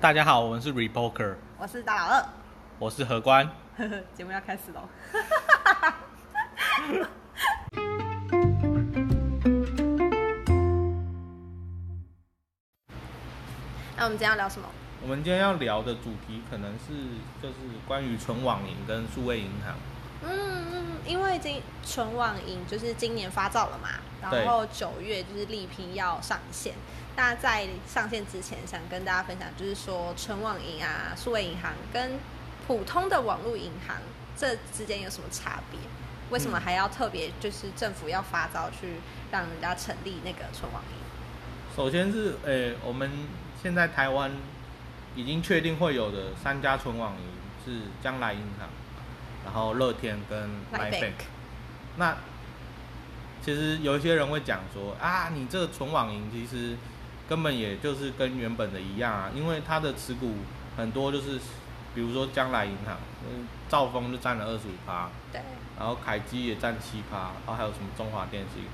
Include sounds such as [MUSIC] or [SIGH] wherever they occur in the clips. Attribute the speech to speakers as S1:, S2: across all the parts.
S1: 大家好，我们是 Repoker，
S2: 我是大老二
S1: 我是何官。
S2: 呵呵， [LAUGHS] 节目要开始喽。那我们今天要聊什么？
S1: 我们今天要聊的主题可能是就是关于纯网银跟数位银行。
S2: 嗯，嗯，因为今纯网银就是今年发照了嘛，
S1: 对
S2: 然后九月就是力拼要上线。那在上线之前，想跟大家分享，就是说纯网银啊、数位银行跟普通的网络银行这之间有什么差别？为什么
S1: 嗯
S2: 还要特别就是政府要发照去让人家成立那个纯网银？
S1: 首先是呃、我们现在台湾已经确定会有的三家纯网银是将来银行，然后乐天跟
S2: Line
S1: Line
S2: Bank
S1: 那其实有一些人会讲说啊，你这个纯网银其实根本也就是跟原本的一样啊，因为它的持股很多就是，比如说将来银行，嗯，兆丰就占了二十五趴，
S2: 对，
S1: 然后凯基也占七趴，然后还有什么中华电信，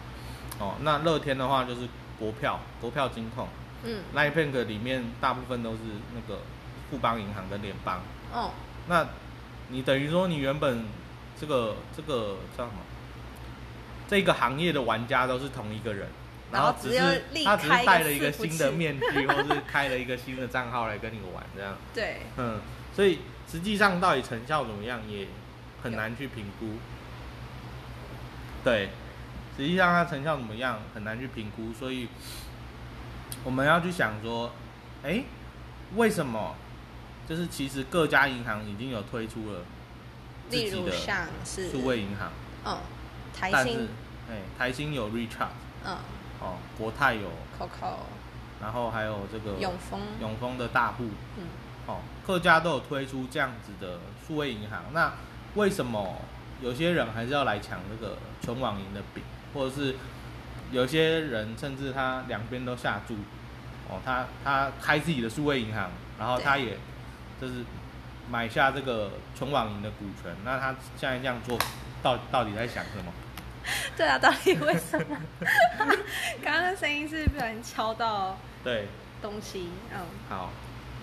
S1: 哦，那乐天的话就是国票，国票金控
S2: 嗯，
S1: ，Line Bank 里面大部分都是那个富邦银行跟联邦，
S2: 哦，
S1: 那你等于说你原本这个这个叫什么？这个行业的玩家都是同一个人，
S2: 然后
S1: 后只
S2: 只要
S1: 是
S2: 另
S1: 他只
S2: 开
S1: 是
S2: 一
S1: 戴
S2: 个
S1: 了一个
S2: 伺服
S1: 新的
S2: 器
S1: 面具，或是开了一个新的账号来跟你玩这样。
S2: 对，
S1: 嗯，所以实际上到底成效怎么样也很难去评估。对，实际上它成效怎么样很难去评估，所以我们要去想说，哎、为什么？就是其实各家银行已经有推出了自
S2: 例
S1: 己
S2: 如
S1: 的
S2: 像是
S1: 数，位银行，
S2: 嗯，台
S1: 但是
S2: 新，
S1: 哎、台新有 Recharge
S2: 嗯
S1: 哦，国泰有，
S2: ，Coco，
S1: 然后还有这个
S2: 永丰，
S1: 永丰的大户，
S2: 嗯。
S1: 哦，各家都有推出这样子的数位银行，那为什么有些人还是要来抢这个纯网银的饼，或者是有些人甚至他两边都下注，哦，他他开自己的数位银行，然后
S2: 对
S1: 他也就是买下这个纯网银的股权，那他现在这样做到到底在想什么？
S2: 对啊，到底为什么？ [LAUGHS] 刚刚的声音是不小心敲到
S1: 对，
S2: 东西，嗯，
S1: 好，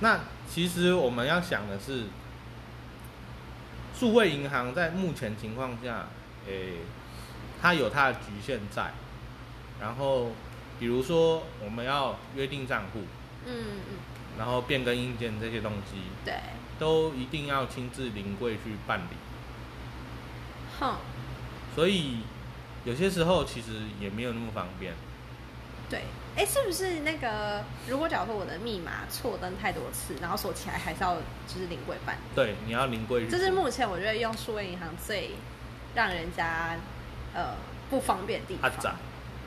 S1: 那其实我们要想的是，数位银行在目前情况下，诶、它有它的局限在。然后，比如说我们要约定账户，
S2: 嗯嗯，
S1: 然后变更硬件这些东西，
S2: 对，
S1: 都一定要亲自临柜去办理。
S2: 哼，
S1: 所以有些时候其实也没有那么方便。
S2: 对，哎，是不是那个？如果假如说我的密码错登太多次，然后锁起来，还是要就是临柜办？
S1: 对，你要临柜去。
S2: 这是目前我觉得用数位银行最让人家呃不方便的地
S1: 阿
S2: 方。
S1: 展。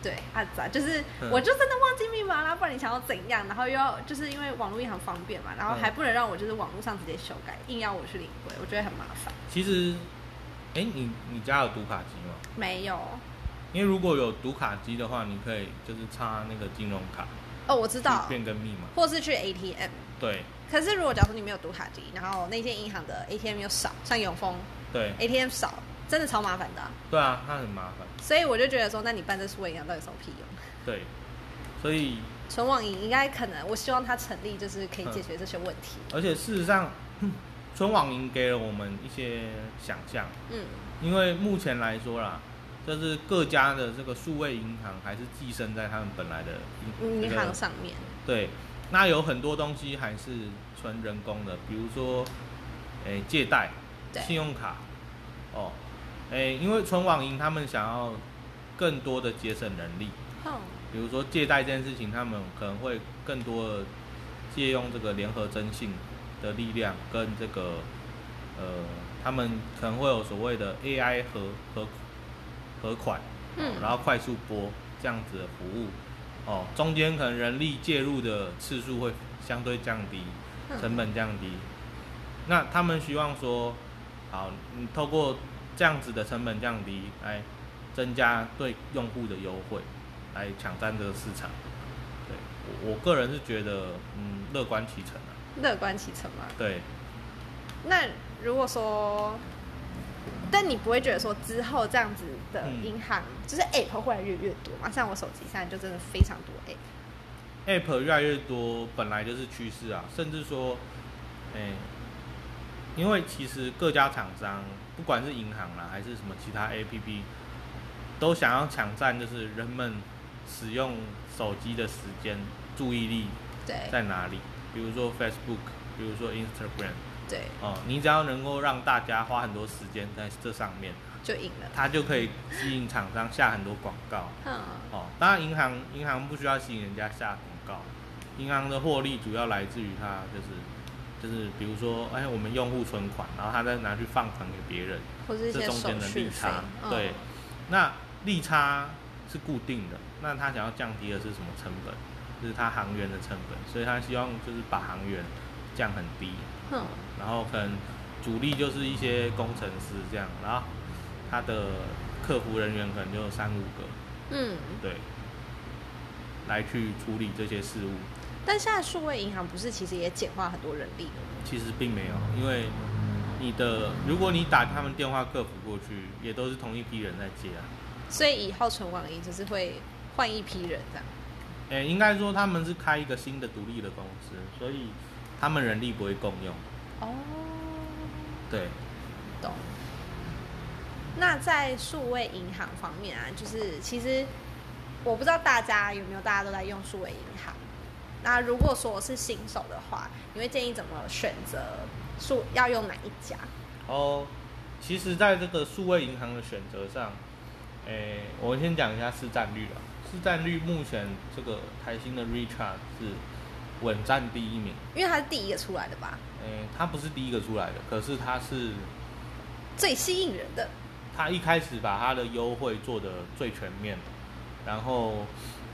S2: 对，阿杂就是
S1: 嗯
S2: 我就真的忘记密码啦，不然你想要怎样？然后又要就是因为网络银行方便嘛，然后还
S1: 嗯
S2: 不能让我就是网络上直接修改，硬要我去领柜，我觉得很麻烦。
S1: 其实，诶、你你家有读卡机吗？
S2: 没有
S1: 因为如果有读卡机的话，你可以就是插那个金融卡
S2: 哦，我知道
S1: 去，变更密码。
S2: 或是去 ATM。
S1: 对
S2: 可是如果假如说你没有读卡机，然后那间银行的 ATM 又少，像永丰
S1: 对
S2: ATM 少，真的超麻烦的啊、
S1: 对啊，它很麻烦。
S2: 所以我就觉得说，那你办这数位银行到底有什么屁用？
S1: 对，所以
S2: 纯网银应该可能，我希望它成立就是可以解决这些问题。
S1: 而且事实上，哼春网银给了我们一些想象，
S2: 嗯，
S1: 因为目前来说啦。就是各家的这个数位银行还是寄生在他们本来的银
S2: 银
S1: 这个
S2: 行上面，
S1: 对，那有很多东西还是纯人工的，比如说，诶、借贷、
S2: 对
S1: 信用卡，哦，诶、因为纯网银他们想要更多的节省人力，
S2: 哼，
S1: 比如说借贷这件事情，他们可能会更多的借用这个联合征信的力量跟这个，呃，他们可能会有所谓的 AI 和和和款，哦
S2: 嗯
S1: 然后快速拨这样子的服务，哦，中间可能人力介入的次数会相对降低，
S2: 嗯
S1: 成本降低。那他们希望说，好，你透过这样子的成本降低，来增加对用户的优惠，来抢占这个市场。对我我个人是觉得，嗯，乐观其成啊。
S2: 乐观其成嘛。
S1: 对，
S2: 那如果说，但你不会觉得说之后这样子的
S1: 嗯
S2: 嗯银行、就是 App 会越来越越多嘛？像我手机现在就真的非常多 App，
S1: App 越来越多，本来就是趋势啊，甚至说，哎、因为其实各家厂商，不管是银行啦，还是什么其他 APP，都想要抢占，就是人们使用手机的时间、注意力
S2: 对
S1: 在哪里。比如说 Facebook，比如说 Instagram，
S2: 对，
S1: 哦、你只要能够让大家花很多时间在这上面，
S2: 就赢了。
S1: 它就可以吸引厂商下很多广告。
S2: 嗯，
S1: 哦，当然银行银行不需要吸引人家下广告，银行的获利主要来自于它就是就是比如说，哎，我们用户存款，然后他再拿去放款给别人，
S2: 或是一
S1: 这
S2: 些
S1: 中
S2: 手
S1: 间的
S2: 续
S1: 利
S2: 费嗯
S1: 差，，对，那利差是固定的，那他想要降低的是什么成本？就是他航员的成本，所以他希望就是把航员降很低，
S2: 嗯嗯，
S1: 然后可能主力就是一些工程师这样，然后他的客服人员可能就三五个，
S2: 嗯。
S1: 对，来去处理这些事务，
S2: 但现在数位银行不是其实也简化很多人力了吗？
S1: 其实并没有，因为你的如果你打他们电话客服过去，也都是同一批人在接啊。
S2: 所以以后存网银就是会换一批人这样。
S1: 诶、应该说他们是开一个新的独立的公司，所以他们人力不会共用。
S2: 哦，
S1: 对，
S2: 懂。那在数位银行方面啊，就是其实我不知道大家有没有大家都在用数位银行。那如果说我是新手的话，你会建议怎么选择数要用哪一家？
S1: 哦，其实在这个数位银行的选择上，诶、我们先讲一下市占率啊。市占率目前这个台新的 Richard 是稳占第一名。
S2: 因为它是第一个出来的吧，
S1: 诶、他不是第一个出来的，可是他是
S2: 最吸引人的。
S1: 他一开始把他的优惠做的最全面，然后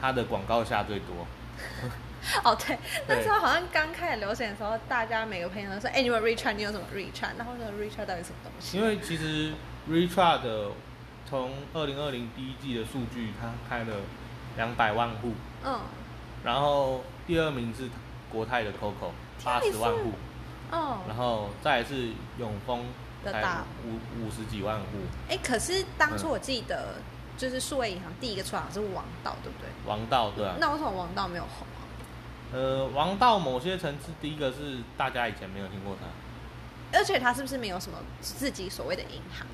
S1: 他的广告下最多。
S2: 哦，对， [LAUGHS] 那
S1: 对
S2: 时候好像刚开始流行的时候，大家每个朋友都说：“哎、你有 Richard，你有什么 Richard？” 然后那个 Richard 到底什么东西？
S1: 因为其实 Richard 的从二零二零第一季的数据，他开了两百万户，
S2: 嗯
S1: 然后第二名是国泰的 COCO
S2: 天
S1: 八
S2: 哪
S1: 十万户，
S2: 哦，
S1: 然后再来是永丰
S2: 的
S1: 才
S2: 大
S1: 五五十几万户，
S2: 哎、可是当
S1: 嗯
S2: 初我记得，就是数位银行第一个出来好像是王道，对不对？
S1: 王道对吧、
S2: 那为什么王道没有红啊？
S1: 呃，王道某些层次，第一个是大家以前没有听过他，
S2: 而且它是不是没有什么自己所谓的银行？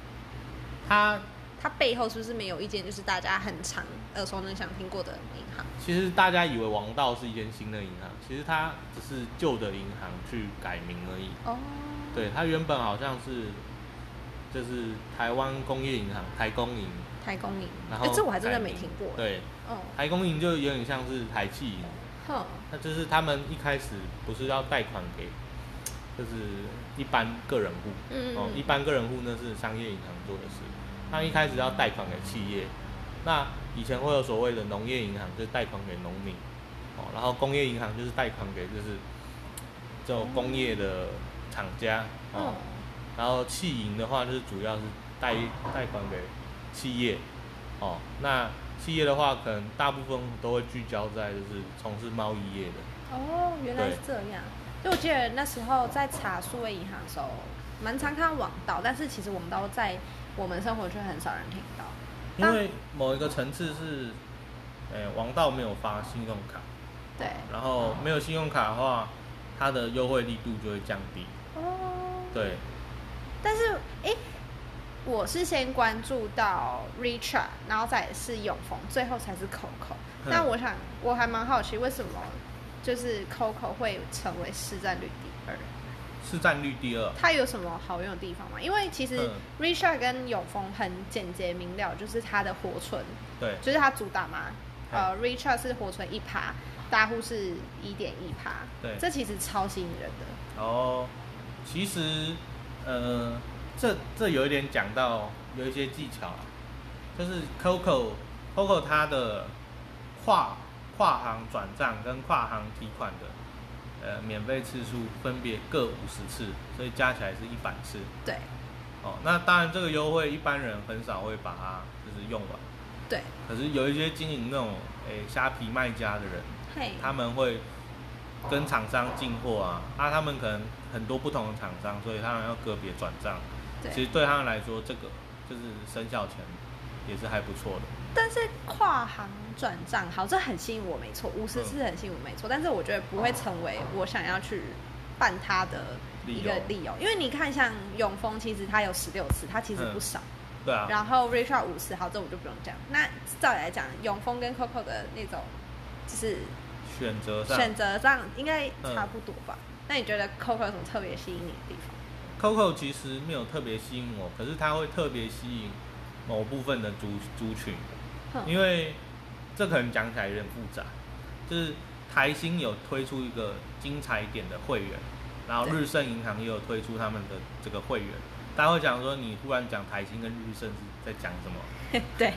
S1: 他
S2: 它背后是不是没有一间就是大家很常耳熟能详听过的银行？
S1: 其实大家以为王道是一间新的银行，其实它只是旧的银行去改名而已。
S2: 哦，
S1: 对，它原本好像是就是台湾工业银行台工银，
S2: 台工银，
S1: 然
S2: 哎、
S1: 后、
S2: 这我还真的没听过。，
S1: 对，
S2: 哦，
S1: 台工银就有点像是台气银，
S2: 哼，
S1: 那就是他们一开始不是要贷款给就是一般个人户，
S2: 嗯
S1: 哦，一般个人户那是商业银行做的事，他一开始要贷款给企业，那以前会有所谓的农业银行，就是贷款给农民，哦，然后工业银行就是贷款给就是这种工业的厂家，哦
S2: 哦，，
S1: 然后企银的话就是主要是贷贷款给企业，哦，那企业的话可能大部分都会聚焦在就是从事贸易业的，
S2: 哦，原来是这样。就我记得那时候在查数位银行的时候，蛮常看到网道，但是其实网道在我们生活圈很少人听到。
S1: 因为某一个层次是，诶、王道没有发信用卡。
S2: 对，
S1: 然后没有信用卡的话，它的优惠力度就会降低。
S2: 哦，
S1: 对，
S2: 但是诶，我是先关注到 Richard，然后再是永丰，最后才是 Coco。
S1: 嗯
S2: 那我想，我还蛮好奇为什么就是 Coco 会成为市占率第二，
S1: 市占率第二。
S2: 它有什么好用的地方吗？因为其实
S1: 嗯
S2: Richard 跟永丰很简洁明了，就是它的活存，
S1: 对，
S2: 就是它主打嘛。呃，Richard
S1: 嗯
S2: 是活存一趴，大户是一点一趴，
S1: 对
S2: 这其实超吸引人的。
S1: 然后其实呃，这这有一点讲到有一些技巧啊，就是 Coco Coco 它的跨跨行转账跟跨行提款的。呃，免费次数分别各五十次，所以加起来是一百次。
S2: 对
S1: 哦，那当然这个优惠一般人很少会把它就是用完。
S2: 对，
S1: 可是有一些经营那种诶虾皮卖家的人，
S2: 嘿，
S1: 他们会跟厂商进货啊，啊，他们可能很多不同的厂商，所以他们要个别转账。
S2: 对
S1: 其实对他们来说，这个就是生效钱也是还不错的。
S2: 但是跨行转账，好，这很吸引我，没错，五
S1: 嗯
S2: 十次很吸引我，没错。但是我觉得不会成为我想要去办它的一个
S1: 理
S2: 理由，因为你看，像永丰，其实它有十六次，它其实不
S1: 嗯
S2: 少。
S1: 对啊，
S2: 然后 Richard 五十，好，这我就不用讲。那照理来讲，永丰跟 Coco 的那种，就是
S1: 选择上
S2: 选择上应该差不多吧？
S1: 嗯
S2: 那你觉得 Coco 有什么特别吸引你的地方？
S1: Coco 其实没有特别吸引我，可是它会特别吸引某部分的族族群，
S2: 哼，
S1: 因为这可能讲起来有点复杂，就是台新有推出一个金彩点的会员，然后
S2: 对
S1: 日盛银行也有推出他们的这个会员，大家会讲说你忽然讲台新跟日盛是在讲什么？
S2: [LAUGHS] 对，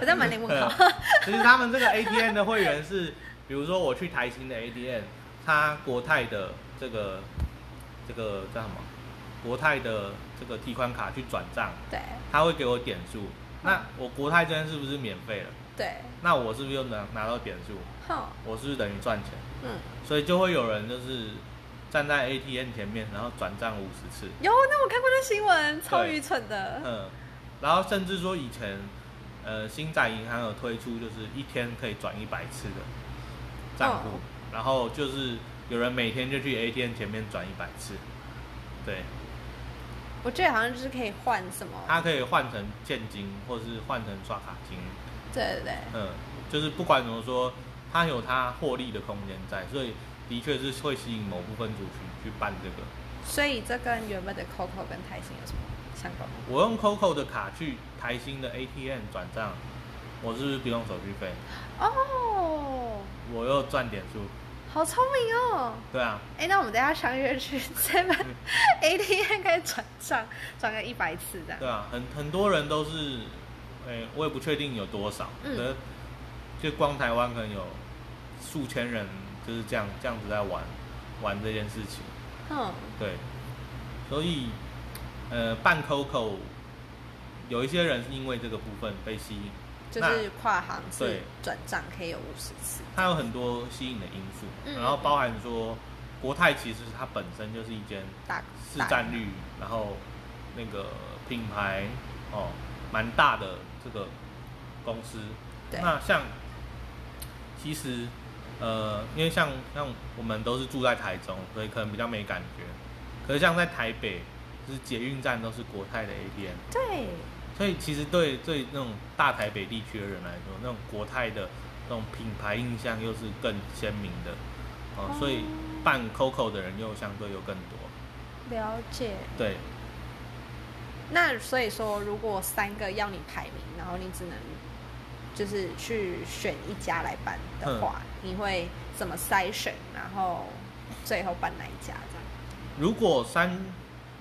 S2: 我在满脸问号。
S1: [LAUGHS] 其实他们这个 ATM 的会员是，比如说我去台新的 ATM，它国泰的这个这个叫什么？国泰的这个提款卡去转账，
S2: [LAUGHS] 对
S1: 它会给我点数。那我国泰这边是不是免费了？
S2: 对，
S1: 那我是不是又能拿到点数？
S2: 哼，
S1: 我是不是等于赚钱？
S2: 嗯，
S1: 所以就会有人就是站在 ATM 前面，然后转账五十次。
S2: 有，那我看过这新闻，超愚蠢的。
S1: 嗯，然后甚至说以前，呃，星展银行有推出就是一天可以转一百次的账户，
S2: 哦
S1: 然后就是有人每天就去 ATM 前面转一百次，对，
S2: 我记得好像就是可以换什么，
S1: 它可以换成现金或是换成刷卡金，
S2: 对对对，
S1: 嗯，就是不管怎么说，它有它获利的空间在，所以的确是会吸引某部分族群去办这个。
S2: 所以这跟原本的 Coco 跟台新有什么相关吗？
S1: 我用 COCO 的卡去台新的 ATM 转账，我是不是不用手续费？
S2: 哦，
S1: 我又赚点数，
S2: 好聪明哦。
S1: 对啊，
S2: 哎，那我们等一下上月去 Seven
S1: 嗯
S2: [LAUGHS] ATM 可以转账，转个一百次这样。
S1: 对啊，很很多人都是，诶、我也不确定有多少，
S2: 嗯
S1: 可是就光台湾可能有数千人就是这样这样子在玩玩这件事情，
S2: 嗯，
S1: 对，所以呃办 Coco 有一些人是因为这个部分被吸引，
S2: 就是跨行
S1: 对
S2: 是转账可以有五十次。
S1: 它有很多吸引的因素，
S2: 嗯
S1: 然后包含说国泰其实它本身就是一间
S2: 大
S1: 市占率，然后那个品牌哦，蛮大的这个公司。
S2: 对
S1: 那像其实呃，因为像像我们都是住在台中，所以可能比较没感觉。可是像在台北，就是捷运站都是国泰的 ATM，
S2: 对，
S1: 所以其实对对那种大台北地区的人来说，那种国泰的那种品牌印象又是更鲜明的哦，所以
S2: 哦
S1: 办 COCO 的人又相对又更多。
S2: 了解。
S1: 对，
S2: 那所以说，如果三个要你排名，然后你只能就是去选一家来办
S1: 嗯
S2: 的话，你会怎么筛选？然后最后办哪一家这样？
S1: 如果三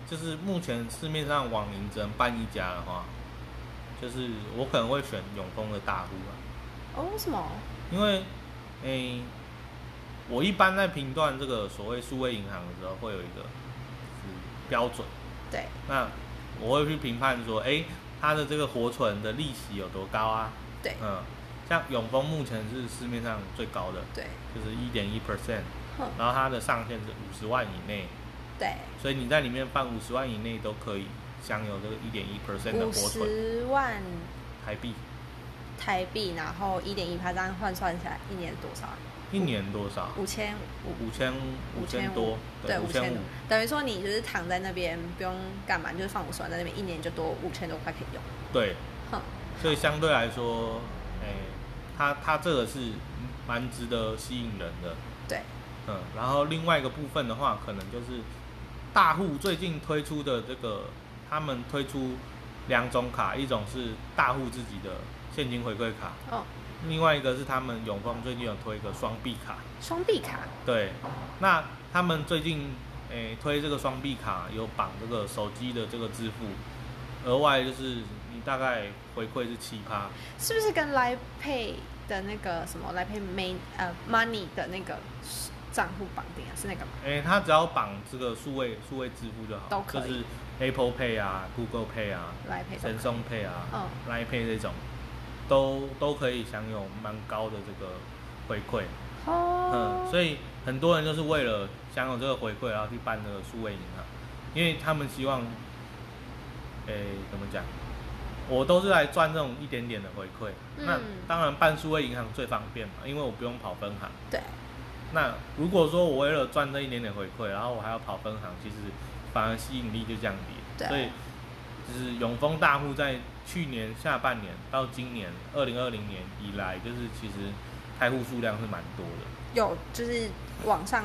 S1: 就是目前市面上网银只能办一家的话，就是我可能会选永丰的大户啊，
S2: 哦，为什么？
S1: 因为诶、我一般在评断这个所谓数位银行的时候，会有一个就是标准，
S2: 对，
S1: 那我会去评判说，诶、它的这个活存的利息有多高啊？
S2: 对，
S1: 嗯，像永丰目前是市面上最高的，
S2: 对，
S1: 就是一点一 percent，
S2: 哼，
S1: 然后它的上限是五十万以内。
S2: 对，
S1: 所以你在里面办五十万以内都可以享有这个一点一 percent 的
S2: 五
S1: 活存
S2: 十万
S1: 台币，
S2: 台币，然后一点一趴，这样换算起来一年多少啊？
S1: 一年多少？
S2: 五千
S1: 五千五千
S2: 五
S1: 多，
S2: 对，
S1: 五
S2: 五
S1: 千
S2: 千
S1: 五
S2: 五，，等于说你就是躺在那边不用干嘛，就是放五十万在那边，一年就多五千多块可以用。
S1: 对，
S2: 哼，
S1: 所以相对来说，哎、它它这个是蛮值得吸引人的，
S2: 对，
S1: 嗯，然后另外一个部分的话，可能就是大户最近推出的这个，他们推出两种卡，一种是大户自己的现金回馈卡，
S2: 哦，
S1: 另外一个是他们永丰最近有推一个双币卡，
S2: 双币卡，
S1: 对，那他们最近诶、推这个双币卡，有绑这个手机的这个支付，额外就是你大概回馈是七趴，
S2: 是不是跟来 pay 的那个什么来 pay main 呃 money 的那个账户绑定啊？是那个吗？
S1: 诶、他只要绑这个数位数位支付就好，
S2: 都可以
S1: 就是 Apple Pay 啊、Google Pay 啊、
S2: 来 pay
S1: 神
S2: 的。
S1: 送 Pay 啊、
S2: 嗯
S1: Line Pay 这种，都都可以享有蛮高的这个回馈，
S2: 哦
S1: 嗯，，所以很多人就是为了享有这个回馈，然后去办这个数位银行，因为他们希望，诶、怎么讲？我都是来赚这种一点点的回馈。
S2: 嗯
S1: 那当然办数位银行最方便嘛，因为我不用跑分行。
S2: 对，
S1: 那如果说我为了赚这一点点回馈，然后我还要跑分行，其实反而吸引力就降低
S2: 对
S1: 了。所以就是永丰大户在去年下半年到今年二零二零年以来，就是其实开户数量是蛮多的。
S2: 有就是往上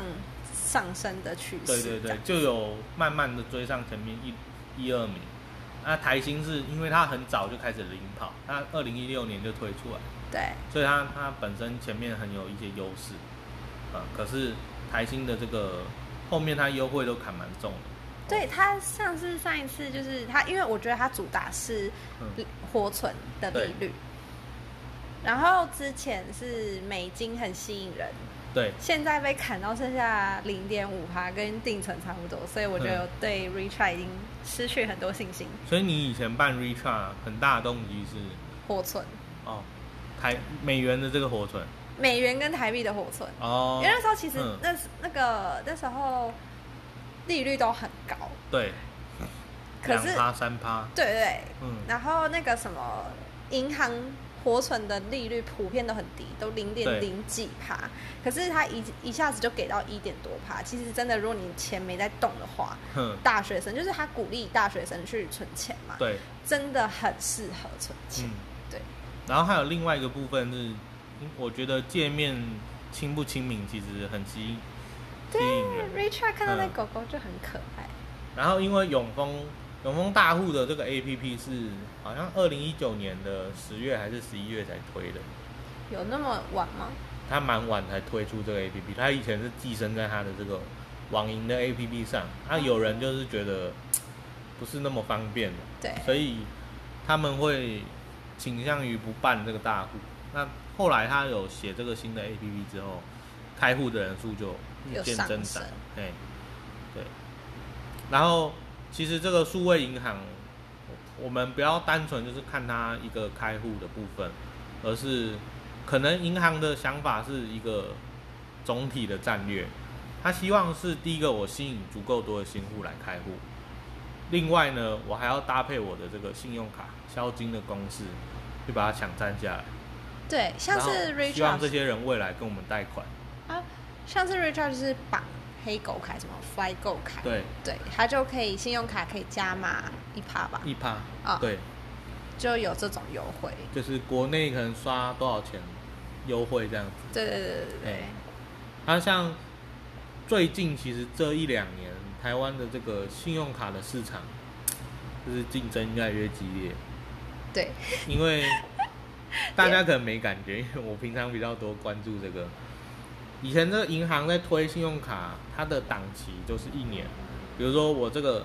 S2: 上升的趋势。
S1: 对对
S2: 这
S1: 对
S2: 样，
S1: 就有慢慢的追上前面一一二名。那台新是因为它很早就开始领跑，它二零一六年就推出来，
S2: 对，
S1: 所以它它本身前面很有一些优势，啊、可是台新的这个后面它优惠都砍蛮重的，
S2: 对他上次上一次就是他，因为我觉得他主打是
S1: 嗯，
S2: 活存的利率，然后之前是美金很吸引人，
S1: 对，
S2: 现在被砍到剩下零点五趴，跟定存差不多，所以我就
S1: 嗯
S2: 对 retry 已经失去很多信心。
S1: 所以你以前办 Retra 很大的动机是
S2: 活存，
S1: 哦，台美元的这个活存
S2: 美元跟台币的活存，
S1: 哦
S2: 因为，那时候其实
S1: 嗯
S2: 那、那个那时候利率都很高，
S1: 对，
S2: 可
S1: 两
S2: 是
S1: 趴三趴，
S2: 对对对，
S1: 嗯，
S2: 然后那个什么银行活存的利率普遍都很低，都零点零几趴，可是它一一下子就给到一点多趴。其实真的，如果你钱没在动的话，
S1: 哼，
S2: 大学生就是他鼓励大学生去存钱嘛，
S1: 对，
S2: 真的很适合存钱。
S1: 嗯，
S2: 对。
S1: 然后还有另外一个部分是，我觉得界面亲不亲民其实很吸引吸
S2: 对啊
S1: 引人，
S2: ，Richard 看到那
S1: 嗯
S2: 狗狗就很可爱，
S1: 然后因为永丰永丰大户的这个 A P P 是好像二零一九年的十月还是十一月才推的，
S2: 有那么晚吗？
S1: 它蛮晚才推出这个 A P P，它以前是寄生在它的这个网银的 A P P 上，那、有人就是觉得不是那么方便，
S2: 对，
S1: 所以他们会倾向于不办这个大户。那后来他有写这个新的 A P P 之后，开户的人数就日渐增
S2: 有上
S1: 长
S2: 升。
S1: 哎，对。然后其实这个数位银行，我们不要单纯就是看它一个开户的部分，而是可能银行的想法是一个总体的战略。他希望是第一个，我吸引足够多的新户来开户；另外呢，我还要搭配我的这个信用卡销金的公式，去把它抢占下来。
S2: 对，像是
S1: 然后希望这
S2: Richard
S1: 些人未来跟我们贷款。
S2: 啊，像是 Richard 就是绑黑狗卡，什么 Fly 狗卡，
S1: 对，
S2: 对，它就可以信用卡可以加码一趴吧，
S1: 一趴。
S2: 啊
S1: 对，
S2: 就有这种优惠。
S1: 就是国内可能刷多少钱优惠这样子。
S2: 对对对对对对
S1: 哎，它像最近其实这一两年，台湾的这个信用卡的市场，就是竞争越来越激烈。
S2: 对，
S1: 因为大家可能没感觉，因为我平常比较多关注这个。以前这个银行在推信用卡，它的档期都是一年，比如说我这个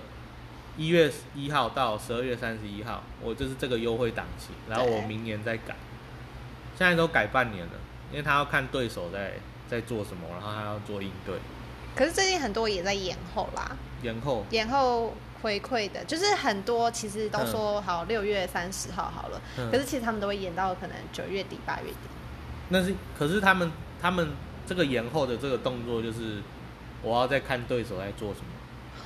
S1: 一月一号到十二月三十一号，我就是这个优惠档期，然后我
S2: 对
S1: 明年再改。现在都改半年了，因为他要看对手在在做什么，然后他要做应对，
S2: 可是最近很多也在延后啦，
S1: 延后。
S2: 延后回馈的，就是很多其实都
S1: 嗯
S2: 说好六月三十号好了，
S1: 嗯
S2: 可是其实他们都会延到可能九月底八月底。
S1: 那是可是他们他们这个延后的这个动作就是，我要再看对手在做什么。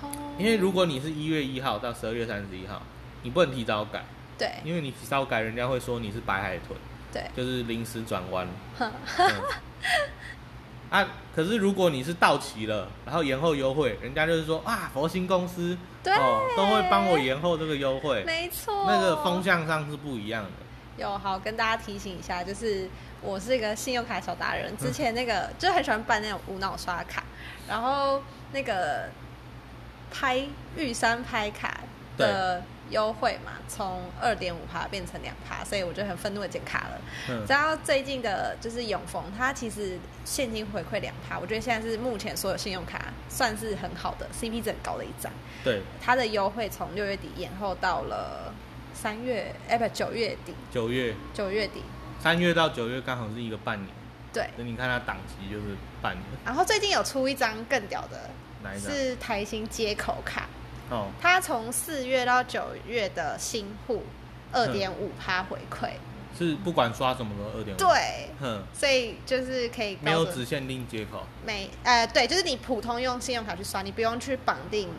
S2: 哦
S1: 因为如果你是一月一号到十二月三十一号，你不能提早改，
S2: 对
S1: 因为你提早改，人家会说你是白海豚，
S2: 对，
S1: 就是临时转弯。
S2: 哼
S1: 嗯啊，可是如果你是到期了，然后延后优惠，人家就是说啊，佛心公司
S2: 对
S1: 哦都会帮我延后这个优惠，
S2: 没错，
S1: 那个风向上是不一样的。
S2: 有好跟大家提醒一下，就是我是一个信用卡小达人，
S1: 嗯
S2: 之前那个就很喜欢办那种无脑刷卡，然后那个拍玉山拍卡的优惠嘛，从二点五趴变成两趴，所以我就很愤怒的剪卡了。
S1: 嗯
S2: 直，到最近的就是永丰，它其实现金回馈两趴，我觉得现在是目前所有信用卡算是很好的 CP 值很高的一张。
S1: 对，
S2: 它的优惠从六月底延后到了三月，哎不九月底，
S1: 九月
S2: 九月底。
S1: 三月到九月刚好是一个半年，
S2: 对，
S1: 那你看它档期就是半年，
S2: 然后最近有出一张更屌的，
S1: 哪一张？
S2: 是台新接口卡，
S1: 哦，
S2: 它从四月到九月的新户二点五趴回馈，
S1: 是不管刷什么都二点五。，
S2: 对，
S1: 哼，
S2: 所以就是可以
S1: 嗯没有
S2: 告诉
S1: 只限定接口。
S2: 每呃对，就是你普通用信用卡去刷，你不用去绑定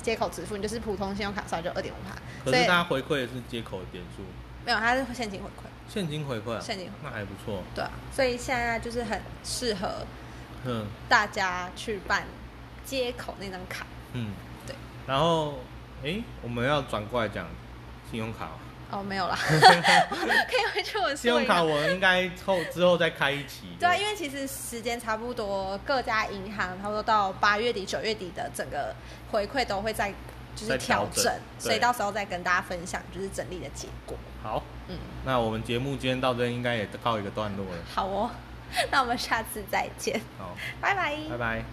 S2: 接口支付，你就是普通信用卡刷就二点五趴，
S1: 可
S2: 所以
S1: 是它回馈的是接口的点数，
S2: 没有，它是现金回馈，
S1: 现金回馈啊，
S2: 现金回馈
S1: 那还不错。
S2: 对啊，所以现在就是很适合
S1: 嗯
S2: 大家去办接口那张卡
S1: 嗯，
S2: 对。
S1: 然后，诶，我们要转过来讲信用卡哦。
S2: 哦，没有
S1: [LAUGHS]
S2: 啦，可以回去我
S1: 信用卡我应该后之后再开一期。
S2: 对啊，因为其实时间差不多，各家银行差不多到八月底、九月底的整个回馈都会在就是
S1: 在
S2: 调
S1: 调
S2: 整，
S1: 整
S2: 所以
S1: 对
S2: 到时候再跟大家分享就是整理的结果。
S1: 好，
S2: 嗯，
S1: 那我们节目今天到这应该也告一个段落了。
S2: 好哦，那我们下次再见，
S1: 好，
S2: 拜拜。
S1: 拜拜。